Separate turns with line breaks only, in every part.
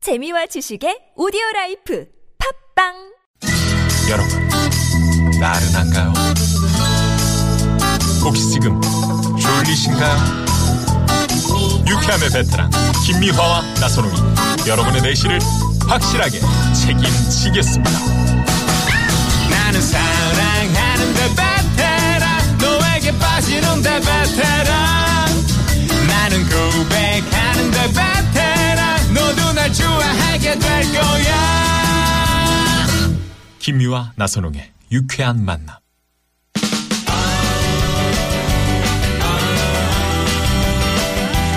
재미와 지식의 오디오 라이프 팝빵
여러분, 나른한가요? 혹시 지금 졸리신가요? 유쾌함의 베테랑 김미화와 나선홍이 여러분의 내실을 확실하게 책임지겠습니다.
나는 사랑하는데 베테랑 너에게 빠지는데 베테랑 나는 고백하는데 베테랑 너도 날 좋아하게 될 거야
김미화 나선홍의 유쾌한 만남.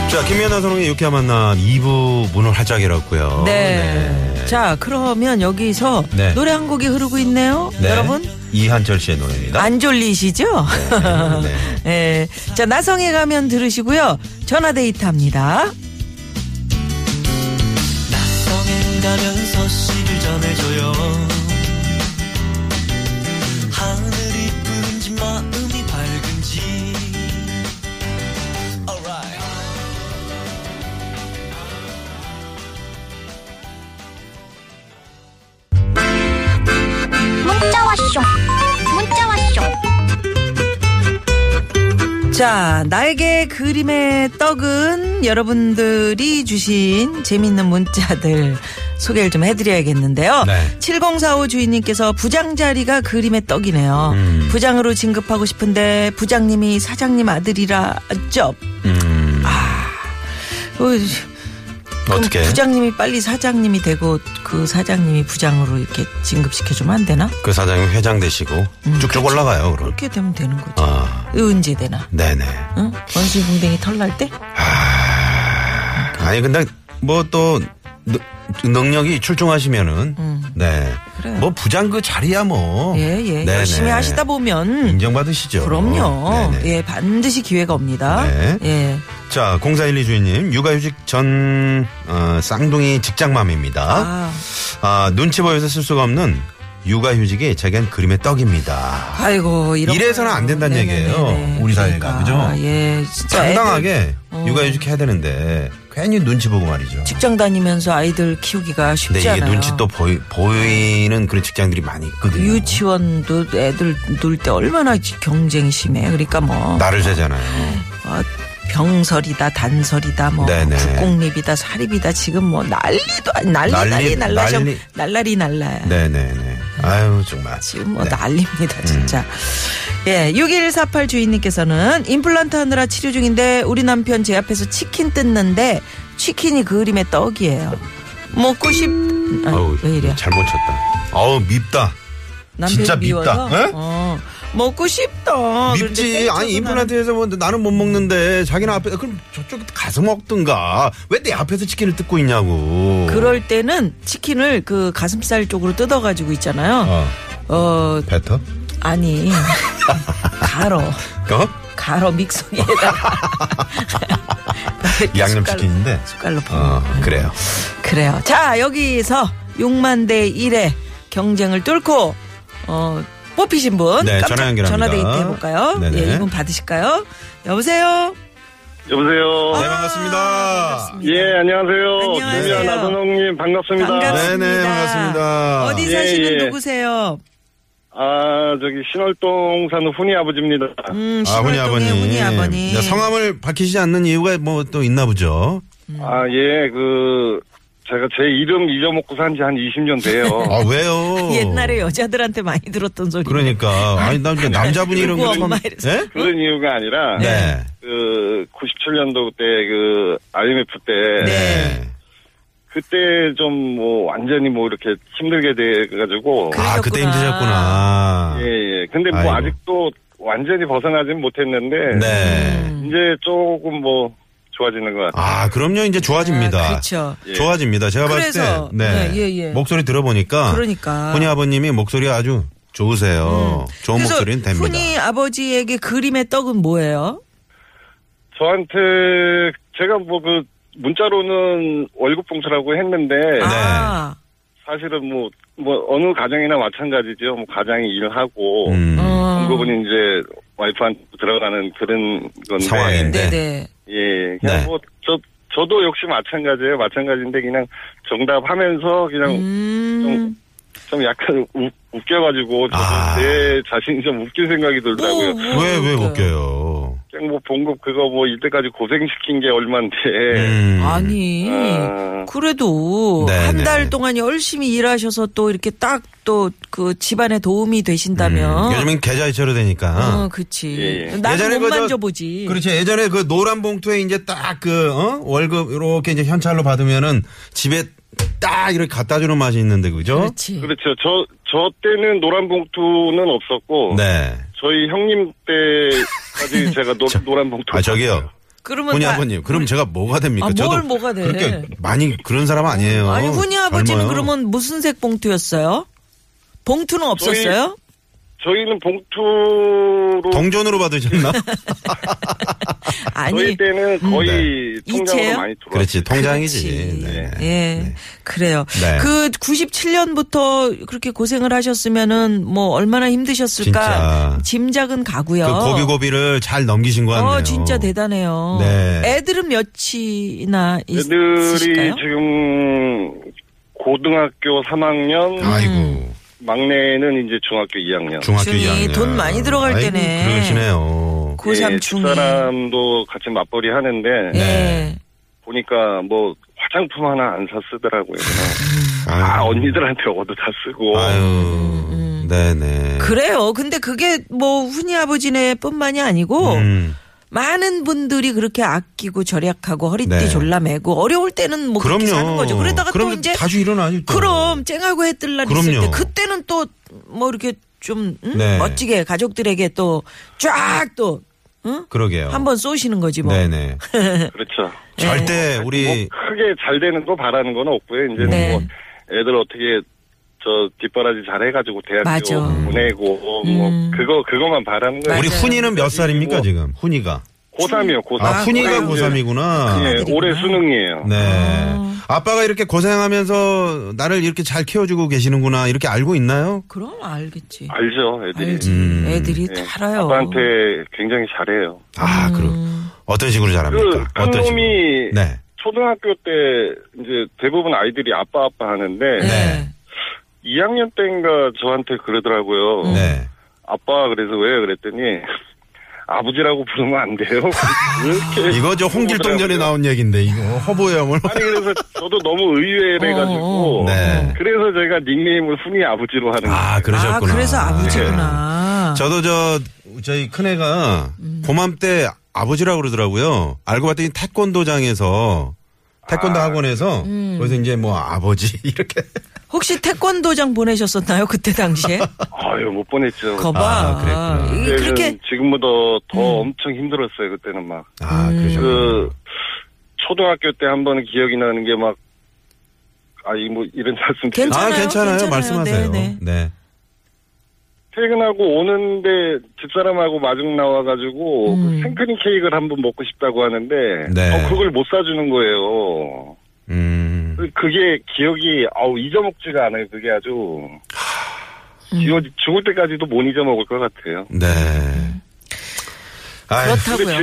자, 김연아 선홍의 유쾌한 만남 2부 문을 활짝 열었고요.
네. 자, 그러면 여기서
어, 네.
노래 한 곡이 흐르고 있네요.
네.
여러분,
이한철 씨의 노래입니다.
안 졸리시죠?
네.
예. 자, 나성에 가면 들으시고요. 전화 데이트 합니다.
성행 가면서 시를 전해줘요 하늘이 푸른지 마음이 밝은지 Alright
문자 왔쇼 문자 왔쇼
자, 나에게 그림의 떡은 여러분들이 주신 재밌는 문자들 소개를 좀 해드려야겠는데요.
네.
7045 주인님께서 부장 자리가 그림의 떡이네요.
음.
부장으로 진급하고 싶은데 부장님이 사장님 아들이라 쩝.
음,
어이, 그럼
어떻게?
부장님이 빨리 사장님이 되고 그 사장님이 부장으로 이렇게 진급시켜 주면 안 되나?
그 사장님 회장 되시고
음, 그렇죠.
쭉쭉 올라가요, 그럼.
그렇게 되면 되는 거죠.
아,
의은제 되나?
네네.
응? 원숭이 궁뎅이 털날 때?
아니, 근데 뭐 또 능력이 출중하시면은, 네.
음. 그래요.
뭐 부장 그 자리야 뭐.
예, 예.
네네.
열심히 하시다 보면 음.
인정받으시죠.
그럼요.
네네.
예, 반드시 기회가 옵니다.
네.
예.
자, 0412 주인님, 육아휴직 전, 어, 쌍둥이 직장맘입니다.
아,
아, 눈치 보여서 쓸 수가 없는 육아휴직이 제겐 그림의 떡입니다.
아이고, 이런.
이래서는 안 된다는
네네네네.
얘기예요. 우리 사회가, 그죠?
예, 진짜. 애들 어.
상당하게 육아휴직 해야 되는데 괜히 눈치 보고 말이죠.
직장 다니면서 아이들 키우기가
근데
쉽지
네, 이게
않아요.
눈치 또 보이, 보이는 그런 직장들이 많이 있거든요.
그 유치원도 애들 놀 때 얼마나 경쟁이 심해. 그러니까 뭐.
나를 세잖아요.
어, 병설이다 단설이다 뭐
네네.
국공립이다 사립이다 지금 뭐 난리도 아니- 난리
난리,
난리 날라죠
난리.
날라리 날라야
네네네. 아유, 정말.
지금 뭐
네.
난리입니다 진짜 예 6148 주인님께서는 임플란트 하느라 치료 중인데 우리 남편 제 앞에서 치킨 뜯는데 치킨이 그림의 떡이에요 먹고 싶 아,
어우,
왜 이래
잘못 쳤다. 어우, 밉다.
남편이
진짜 밉다.
미워요?
에?
어, 먹고 싶다 그런데
밉지. 아니,
땡쳐서 나는
임플란트에서 뭐 나는 못 먹는데 자기는 앞에, 그럼 저쪽 가서 먹든가. 왜 내 앞에서 치킨을 뜯고 있냐고.
그럴 때는 치킨을 그 가슴살 쪽으로 뜯어가지고 있잖아요.
어,
어,
뱉어?
아니 가로
어?
가로 믹서기에다가 이렇게
양념치킨인데.
숟갈로 보
어, 그래요.
그래요. 자 여기서 6만 대 1의 경쟁을 뚫고 어, 뽑히신 분
네,
깜짝
전화 연결합니다.
전화 데이트 해볼까요?
네네.
예, 이분 받으실까요? 여보세요.
여보세요.
네, 반갑습니다.
예, 안녕하세요.
안녕하세요.
김미아 나선홍님 반갑습니다.
반갑습니다.
네네, 반갑습니다.
어디
예,
사시는
예.
누구세요?
아, 저기 신월동 사는 훈이 아버지입니다.
음,
아, 훈이
신월동의
아버님.
훈이 아버님.
네, 성함을 밝히지 않는 이유가 뭐 또 있나 보죠.
아, 예, 그 제가 제 이름 잊어먹고 산 지 한 20년 돼요.
아, 왜요?
옛날에 여자들한테 많이 들었던 소리.
그러니까. 아니, 나 이제 남자분 이름
그리고
좀.
엄마 이래서.
예?
그런 이유가 아니라
네.
그 97년도 때 그 IMF 때
네.
그때 좀 뭐 완전히 뭐 이렇게 힘들게 돼 가지고
아,
그러셨구나.
그때 힘드셨구나.
예, 예. 근데 뭐
아이고.
아직도 완전히 벗어나진 못했는데
네.
음.
이제 조금 뭐 좋아지는 것 같아요.
아, 그럼요. 이제 좋아집니다.
아, 그렇죠.
예.
좋아집니다. 제가 봤을 때.
그래서,
네.
네, 예, 예.
목소리 들어보니까.
그러니까.
아, 훈이 아버님이 목소리가 아주 좋으세요. 좋은
음. 그래서
목소리는 됩니다.
훈이 아버지에게 그림의 떡은 뭐예요?
저한테 제가 뭐 그 문자로는 월급 봉투라고 했는데
아,
사실은 뭐 뭐 어느 가정이나 마찬가지죠. 뭐 가장이 일하고
음.
어.
공급은 이제 와이프한테 들어가는 그런 건데
상황인데.
네네.
예 그냥
네.
뭐 저 저도 역시 마찬가지예요. 마찬가지인데 그냥 정답하면서 그냥
음.
좀 약간 우- 웃겨가지고 저도
아.
내 자신이 좀 웃긴 생각이
뭐,
들더라고요.
왜,
어.
왜 웃겨요?
그냥 뭐 봉급 그거 뭐 이때까지 고생시킨 게 얼만데
음.
아니.
아.
그래도
네,
한
네.
달 동안 열심히 일하셔서 또 이렇게 딱 또 그 집안에 도움이 되신다면.
음, 아. 요즘엔 계좌 이체로 되니까.
어, 그치.
예, 예.
나는 못
그 저-
만져보지.
그렇지. 예전에 그 노란 봉투에 이제 딱 그, 어? 월급 이렇게 이제 현찰로 받으면은 집에 딱 이렇게 갖다 주는 맛이 있는데, 그죠?
그렇지.
그렇죠. 저, 저 때는 노란 봉투는 없었고,
네.
저희 형님 때까지 제가 노, 노란 봉투.
아, 저기요.
그러면
훈이
다-
아버님, 그럼 제가 뭐가 됩니까?
아,
저도
뭘 뭐가 돼?
그렇게 많이 그런 사람 아니에요.
아니 훈이 아버지는
젊어요.
그러면 무슨 색 봉투였어요? 봉투는 없었어요?
저희는 봉투로,
동전으로 받으셨나?
아니.
저희 때는 거의 통장으로
이체요?
네.
많이 들어왔어요.
그렇지, 통장이지.
그렇지.
네.
예. 그래요.
네.
그 97년부터 그렇게 고생을 하셨으면은 뭐 얼마나 힘드셨을까
진짜.
짐작은 가고요.
그 고비고비를 잘 넘기신 거 같네요.
어, 진짜 대단해요.
네.
애들은 몇이나 있-
애들이
있으실까요?
지금 고등학교 3학년,
아이고, 예.
막내는 이제 중학교 2학년.
중학교
중이
2학년.
음. 돈 많이 들어갈
아이고,
때네.
그러시네요.
예,
고3 중이.
사람도 같이 맞벌이 하는데,
예.
네.
보니까 뭐 화장품 하나 안 사 쓰더라고요. 그냥.
아유.
아, 언니들한테 얻어 다 쓰고.
아유, 네네.
뭐. 음, 그래요. 근데 그게 뭐 훈이 아버지네 뿐만이 아니고
음.
많은 분들이 그렇게 아끼고 절약하고 허리띠
네.
졸라매고 어려울 때는 뭐 그렇게 사는 거죠. 그러다가 또
그럼
이제
자주 일어나죠. 또.
그럼 쨍하고 해뜰날 있을
그럼요.
때 그때는 또 뭐 이렇게 좀 응?
네.
멋지게 가족들에게 또 쫙 또
그러게요.
한 번 쏘시는 거지 뭐.
네. 네네.
그렇죠.
절대
뭐
우리
크게 잘 되는 거 바라는 건 없고요. 이제
네.
는뭐 애들 어떻게 저 뒷바라지 잘 해가지고 대학교
맞아.
보내고 뭐 그거 그거만 바라는
음.
거예요.
우리
맞아요.
훈이는 몇 살입니까
그리고-
지금? 훈이가.
고3이요, 고3.
아, 훈이가
올해 이제-
고3이구나.
예, 올해 수능이에요.
네. 아빠가 이렇게 고생하면서 나를 이렇게 잘 키워주고 계시는구나 이렇게 알고 있나요?
그럼 알겠지.
알죠, 애들이.
알지.
음.
애들이
예,
다 알아요.
아빠한테 굉장히 잘해요.
음.
아, 그럼 어떤 식으로
그,
잘합니까?
큰
어떤 식으로?
놈이
네.
초등학교 때 이제 대부분 아이들이 아빠 아빠 하는데
네.
2학년 때인가 저한테 그러더라고요.
네.
아빠 그래서 왜 그랬더니 아버지라고 부르면 안 돼요.
음.
이렇게
이거 저
음.
홍길동전에 나온 얘기인데 이거 허보염을
아니 그래서 저도 너무
어,
의외래가지고
네.
그래서 제가 닉네임을 훈이 아버지로 하는
아,
아,
그러셨구나.
그래서 아버지구나. 음.
저도 저 저희 큰애가 고맘 때 아버지라고 그러더라고요. 알고 봤더니 태권도장에서
아.
태권도 학원에서
음.
그래서 이제 뭐 아버지 이렇게
혹시 태권도장 보내셨었나요? 그때 당시에?
거예요. 아유 못 보냈죠.
거봐.
아, 그랬구나.
이게
그때는
그렇게 음.
지금보다 더 엄청 힘들었어요. 그때는 막 그
아 그러셨구나.
초등학교 때 한 번 기억이 나는 게 막 아이 뭐 이런 말씀 드려도
괜찮아요,
아 괜찮아요,
괜찮아요.
말씀하세요.
네, 네.
네.
퇴근하고 오는데 집사람하고 마중
음.
나와가지고 그 생크림 케이크를 한 번 먹고 싶다고 하는데
네.
어, 그걸 못 사주는 거예요.
음.
그- 그게 기억이 아우 잊어먹지가 않아요. 그게
음.
아주 죽어- 죽을 때까지도 못 잊어먹을 것 같아요.
네. 아이,
근데
그렇다고요. 음.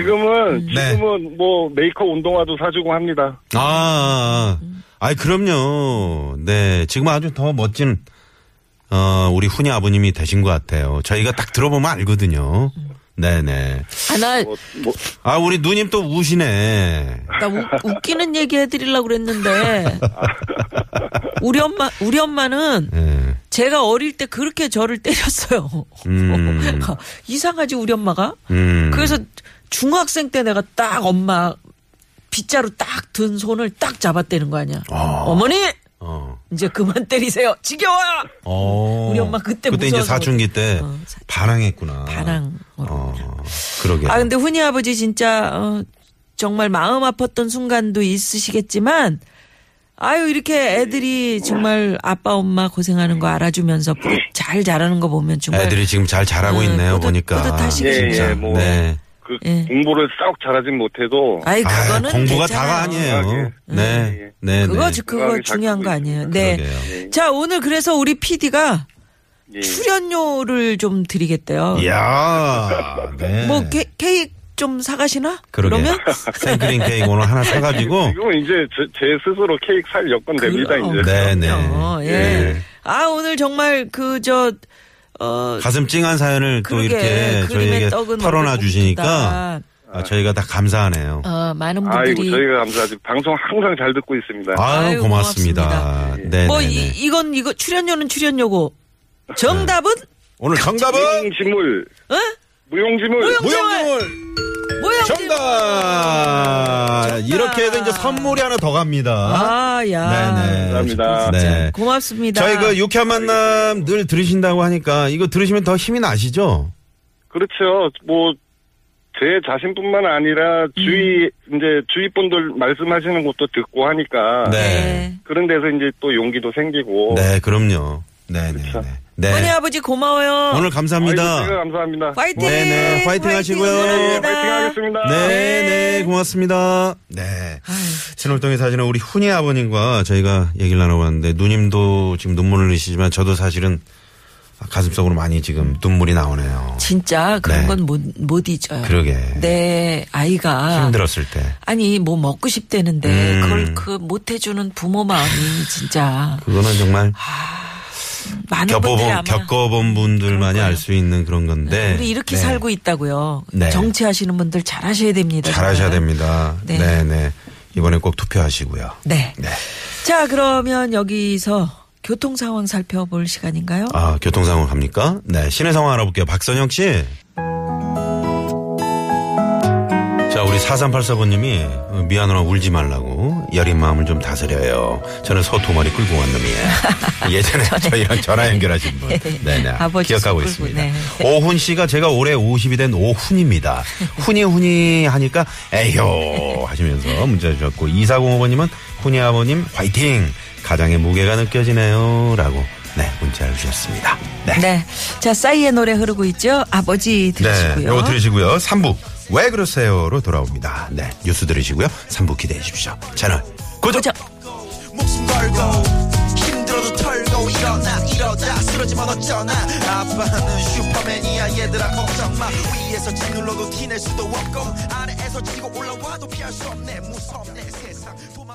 지금은
네.
지금은 뭐 메이커 운동화도 사주고 합니다.
아, 아, 아. 아이, 그럼요. 네. 지금 아주 더 멋진, 어, 우리 훈이 아버님이 되신 것 같아요. 저희가 딱 들어보면 알거든요.
음.
네네.
하나
뭐, 뭐
아, 우리 누님 또 우시네.
나 우- 웃기는 얘기 해드리려고 그랬는데 우리 엄마 우리 엄마는
네.
제가 어릴 때 그렇게 저를 때렸어요.
음.
이상하지 우리 엄마가.
음.
그래서 중학생 때 내가 딱 엄마 빗자루 딱 든 손을 딱 잡아떼는 거 아니야. 어머니
어.
이제 그만 때리세요. 지겨워요.
어.
우리 엄마 그때
이제
무서워서
사춘기 때
어, 사-
반항했구나.
반항.
어. 그러게.
아 근데 훈이 아버지 진짜 어, 정말 마음 아팠던 순간도 있으시겠지만 아유 이렇게 애들이 정말 아빠 엄마 고생하는 거 알아주면서 뿌듯- 잘 자라는 거 보면 정말
애들이 지금 잘 자라고
음,
있네요,
뿌듯-
보니까.
뿌듯하시게
예,
진짜.
예, 뭐.
네.
그
예.
공부를 싹 잘하진 못해도
아이 예, 그거는
아, 공부가
괜찮아요.
다가 아니에요.
음.
네.
예, 예.
네.
그거
네.
지- 그거
건강하게 잘
중요한
크고
거 아니에요. 네.
그러게요.
자 오늘 그래서 우리 PD가
예.
예.
출연료를 좀 드리겠대요.
이야. 네.
뭐 케, 이크 좀 사가시나?
그러게.
그러면
생크림 케이크 오늘 하나 사가지고.
지금은 이제 제, 제 스스로 케이크 살 여건 됩니다,
어, 그럼.
이제.
네네.
어, 예.
예.
아 오늘 정말 그, 그저어
가슴 찡한 사연을 또
그러게.
이렇게
그림의
저희에게
떡은
털어놔
너무
주시니까 아, 저희가 다 감사하네요.
어, 많은
아이고,
분들이
저희가 감사하죠. 방송 항상 잘 듣고 있습니다.
아유,
아유,
고맙습니다. 네.
뭐
네,
이,
네.
이건 이거 출연료는 출연료고 정답은
오늘
뭐?
정답은
무용지물.
어?
무용지물.
무용-
무용물
뭐야?
정답! 이렇게 해서 이제 선물이 하나 더 갑니다.
아야.
감사합니다.
네.
네, 고맙습니다.
저희 그 유쾌한 만남 늘 들으신다고 하니까 이거 들으시면 더 힘이 나시죠?
그렇죠. 뭐, 제 자신뿐만 아니라 주위, 이제 주위 분들 말씀하시는 것도 듣고 하니까.
네.
그런 데서 이제 또 용기도 생기고.
네, 그럼요. 네, 네, 네.
어머니
네.
아버지 고마워요.
오늘
아이고,
감사합니다.
제가 감사합니다.
파이팅.
네, 네. 파이팅 하시고요.
응원합니다.
파이팅 하겠습니다.
네, 네, 고맙습니다. 네. 신월동에 사시는 우리 훈이 아버님과 저희가 얘기를 나눠봤는데 누님도 지금 눈물을 흘리시지만 저도 사실은 가슴속으로 많이 지금 눈물이 나오네요.
진짜 그런
네.
건 못 못 잊어요.
그러게.
네. 내 아이가
힘들었을 때.
아니 뭐 먹고 싶대는데
음.
그걸 그 못 해주는 부모 마음이 진짜
그거는 정말
많은 분들이 아마
겪어본, 겪어본 분들만이 알 수 있는 그런 건데.
우리 이렇게
네.
살고 있다고요.
네.
정치하시는 분들 잘하셔야 됩니다.
잘하셔야
정말.
됩니다.
네.
네, 네. 이번에 꼭 투표하시고요.
네.
네.
자 그러면 여기서 교통 상황 살펴볼 시간인가요?
아, 교통 상황 갑니까? 네, 시내 상황 알아볼게요. 박선영 씨. 자, 우리 4384번님이 어, 미안하나 울지 말라고 여린 마음을 좀 다스려요. 저는 소 두 마리 끌고 온 놈이에요. 예전에 저희랑 전화 연결하신 분. 네네.
예. 아버지
기억하고
소 끌고,
있습니다.
네.
오훈 씨가 제가 올해 50이 된 오훈입니다. 훈이훈이 하니까 에휴 하시면서 문자 주셨고 2405번님은 훈이 아버님 화이팅 가장의 무게가 느껴지네요 라고 네 문자를 주셨습니다. 네.
네. 자 싸이의 노래 흐르고 있죠. 아버지
네,
들으시고요.
요거 들으시고요. 3부 왜 그러세요로 돌아옵니다. 네, 뉴스 들으시고요. 3부 기대해 주십시오. 채널 고정.
고정.
목숨 걸고 힘들어도 털고 일어나 이러다 쓰러지면 어쩌나 아빠는 슈퍼맨이야 얘들아 걱정마 위에서 짓눌러도 티낼 수도 없고 아래에서 치고 올라와도 피할 수 없네 무섭네 세상 도망